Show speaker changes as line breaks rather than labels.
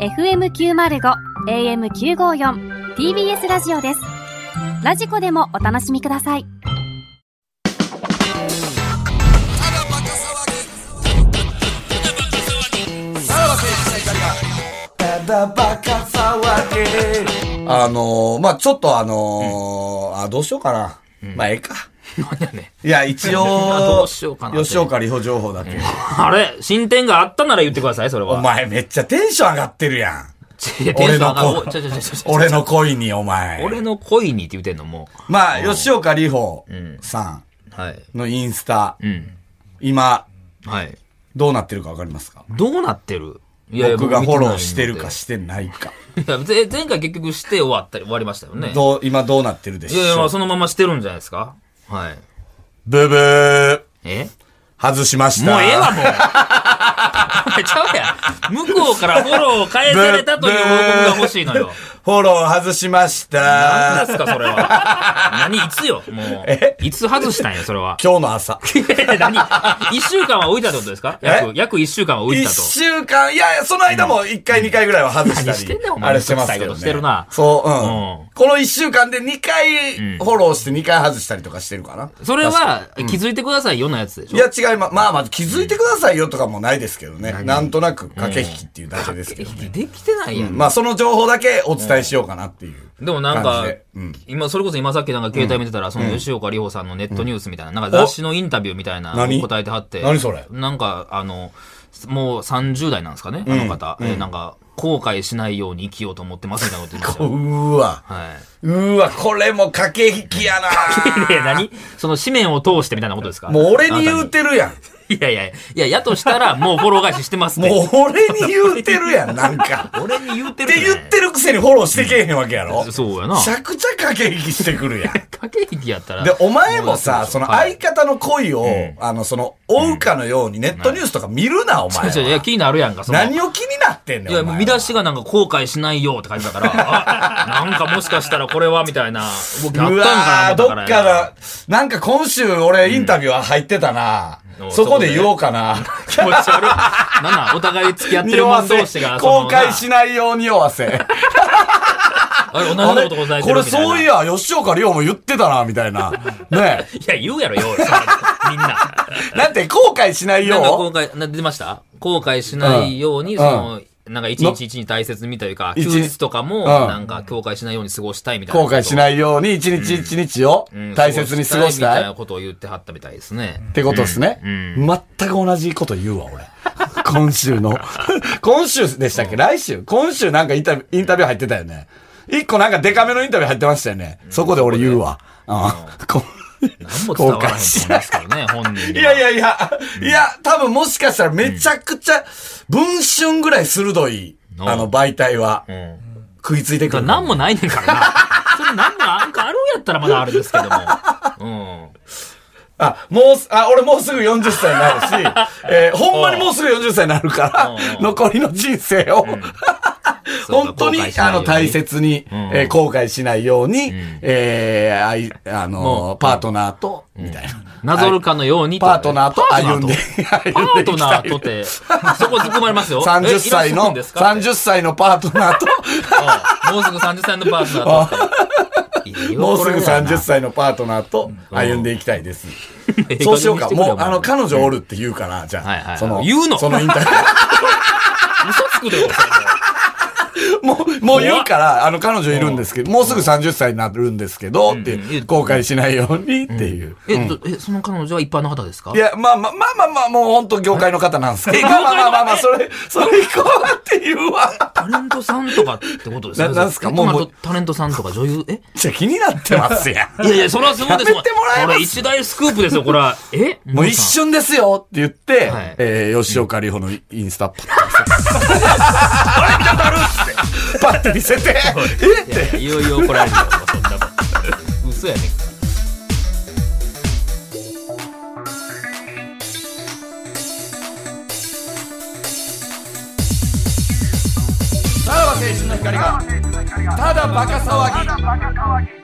FM905 AM954 TBS ラジオですラジコでもお楽しみください
あのー、まあちょっとあのーあ、どうしようかな。まあええか。
何やね
いや、一
ど
応、
うしようかな
吉岡里帆情報だけ。
んあれ進展があったなら言ってください、それは。
お前めっちゃテンション上がってるや ん。
いやテンション上が
俺の
おちょちょちょちょちょ
俺の恋にお前。
俺の恋にって言ってんの、も
まあ、吉岡里帆さ
う。はい。
んのインスタ、
うん。
今、
はい。
どうなってるかわかりますか
どうなってるい
僕がフォロー
僕見
して
ない
る
ので
かしてないか。
いや、ぜ前回結局して終わった、終わりましたよね。
どう、今どうなってるでし
いやいや、ま
ょ
あ
う。
そのまましてるんじゃないですかはい。
ブブー、
え
外しました。
もうええわ、もう。 ちゃうやん。向こうからフォローを返されたという報告が欲しいのよ。
フォロー外しました。
何ですか、それは。何、いつよ、もう。
え。
いつ外したんや、それは
今日の朝。
何一週間は置いたってことですか約、約一週間は置い
一
たと。
週間、いやいや、その間も一回二回ぐらいは外した
何して
り
んねんお、前
あれしてますけ
めん
ど
ど
ね。
くさいことしてるな
そう、うん。
うん
この一週間で二回フォローして二回外したりとかしてるかな。
それは、気づいてくださいよのやつでしょ
いや、違います。まあまあ、気づいてくださいよとかもないですけどね。なんとなく駆け引きっていうだけですけ
で
ど。
きてないやん。
まあ、その情報だけお伝えしようかなっていう。
でもなん
感
か
じでうん、
今、それこそ今さっきなんか携帯見てたら、その吉岡里帆さんのネットニュースみたいな、なんか雑誌のインタビューみたいな
何
答えてはって。
何それ
なんか、あの、もう30代なんですかね、あの方。えーなんか、後悔しないように生きようと思ってますみたいなこと言ってました
うー
よ。
わ。
は
うーわ、これも駆け引きやな
い。いや、何その紙面を通してみたいなことですか
もう俺に言うてるやん。
いやいやいや、いや、やとしたら、もうフォロー返ししてますって。
もう俺に言うてるやん、なんか。
俺に言うて
っ
る
て
じゃ
言
ない
ってるくせにフォローしてけえへんわけやろ。
そうやな
めちゃくちゃ駆け引きしてくる やん。
駆け引きやったら。
で、お前もさ、その
はい
相方の恋を、あの、その、追うかのようにネットニュースとか見るな、お前
いやいや、
は。
気になるやんか、その。
何を気になってんねん。
いや、
お前
もう
は
見出しがなんか後悔しないよって感じだから、 あなんかもしかしたらこれはみたいな動きあったん
う
かな
わー
思
ど
っ
った
ら
かだ、なんか今週俺インタビューは入ってたな
う。ん
そこで言おうかな。
気持ち悪い。なんなんお互い付き合ってる
匂わ
者
せ
同士が、。
公開しないように匂わせ。
あれ、同じようなこと答えて
こ
る
れ
みたいな。
そうい
や。
や、吉岡亮も言ってたな、みたいな。ね
いや、言うやろよ、そんなのみんな。
え。なんて後悔しない
な
よ
ん
う
か後悔、な出ました後悔しないように、
うん
その、なんか一日一日大切にというか、
一
休
日
日とかも、
ん
なんか後悔しないように過ごしたいみたいな
後
こと。
悔しないように一日一日を
うん
大切に過ごし
みた
た
い
い
なことを言ってはったみたいですね。
ってことですね。全く同じこと言うわ、俺。 今週の。 今週でしたっけ来週今週なんかインタビューインタビュー入ってたよね。一個なんかデカめのインタビュー入ってましたよね。そこで俺言うわ。うんこ
何も伝わらへんと思いますからね、本人
い
には。
やいやいや、いや、多分もしかしたらめちゃくちゃ、文春ぐらい鋭い、
うん
あの媒体は、
うん
食いついてくる。
何もないねんからな。それ何もなんかあるんやったらまだあるんですけども。
あ、もうす、あ、俺もうすぐ40歳に なるし、えーほんまにもうすぐ40歳になるか
うん
ら、残りの人生を、
うん。
本当に
そうか
あの大。切に、
ん
えー後悔しないように、えーあい、あの
も
ー、パートナーと、みたいな。
なぞるかのようにと。
パートナーと歩んで、
パ
歩
ー
んで
ト
いき
ナ
た
ーとっ
い。
て、そこ突っ込まれますよ。
30歳
えいらっしゃるん
の、
ですか
30歳のパートナー と、
うんもうすぐ30歳のパートナーといいよ。
もうすぐ
これはな
30。歳のパートナーと歩んでいきたいです。
ん
そうしようか。
いい加減にしてくれ
も
よ
う、あの、彼女おるって言うから、じ
はいはいは
ゃあ、
い
その、
言うの
そのインタビュー。
嘘つくでよ、それも
もう、もう言うから、あの、彼女いるんですけど、もうすぐ30歳になるんですけど、って
うんうん、
後悔しないようにっていう。
えどえ、その彼女は一般の方ですか
いや、まあまあまあまあまあ、もう本当業界の方なんですけど、まあまあまあまあまあ、それ、それ行こうっていうわ。
タレントさんとかってことですね。
ななんすか
も
もう
うなるとタレントさんとか女優、え
じゃあ気になってますやん。
いやいや、それはすごいです
やめてもらえます
これ一大スクープですよ、これは。え
もう一瞬ですよって言って、
はい
えー吉岡里帆のインスタパッて。 あれ見たことあるって。パッて見せて。え
いやいやいよいよ怒られるよ、そんなもん。嘘やねん。
さらば青春の光が、ただバカ騒ぎ。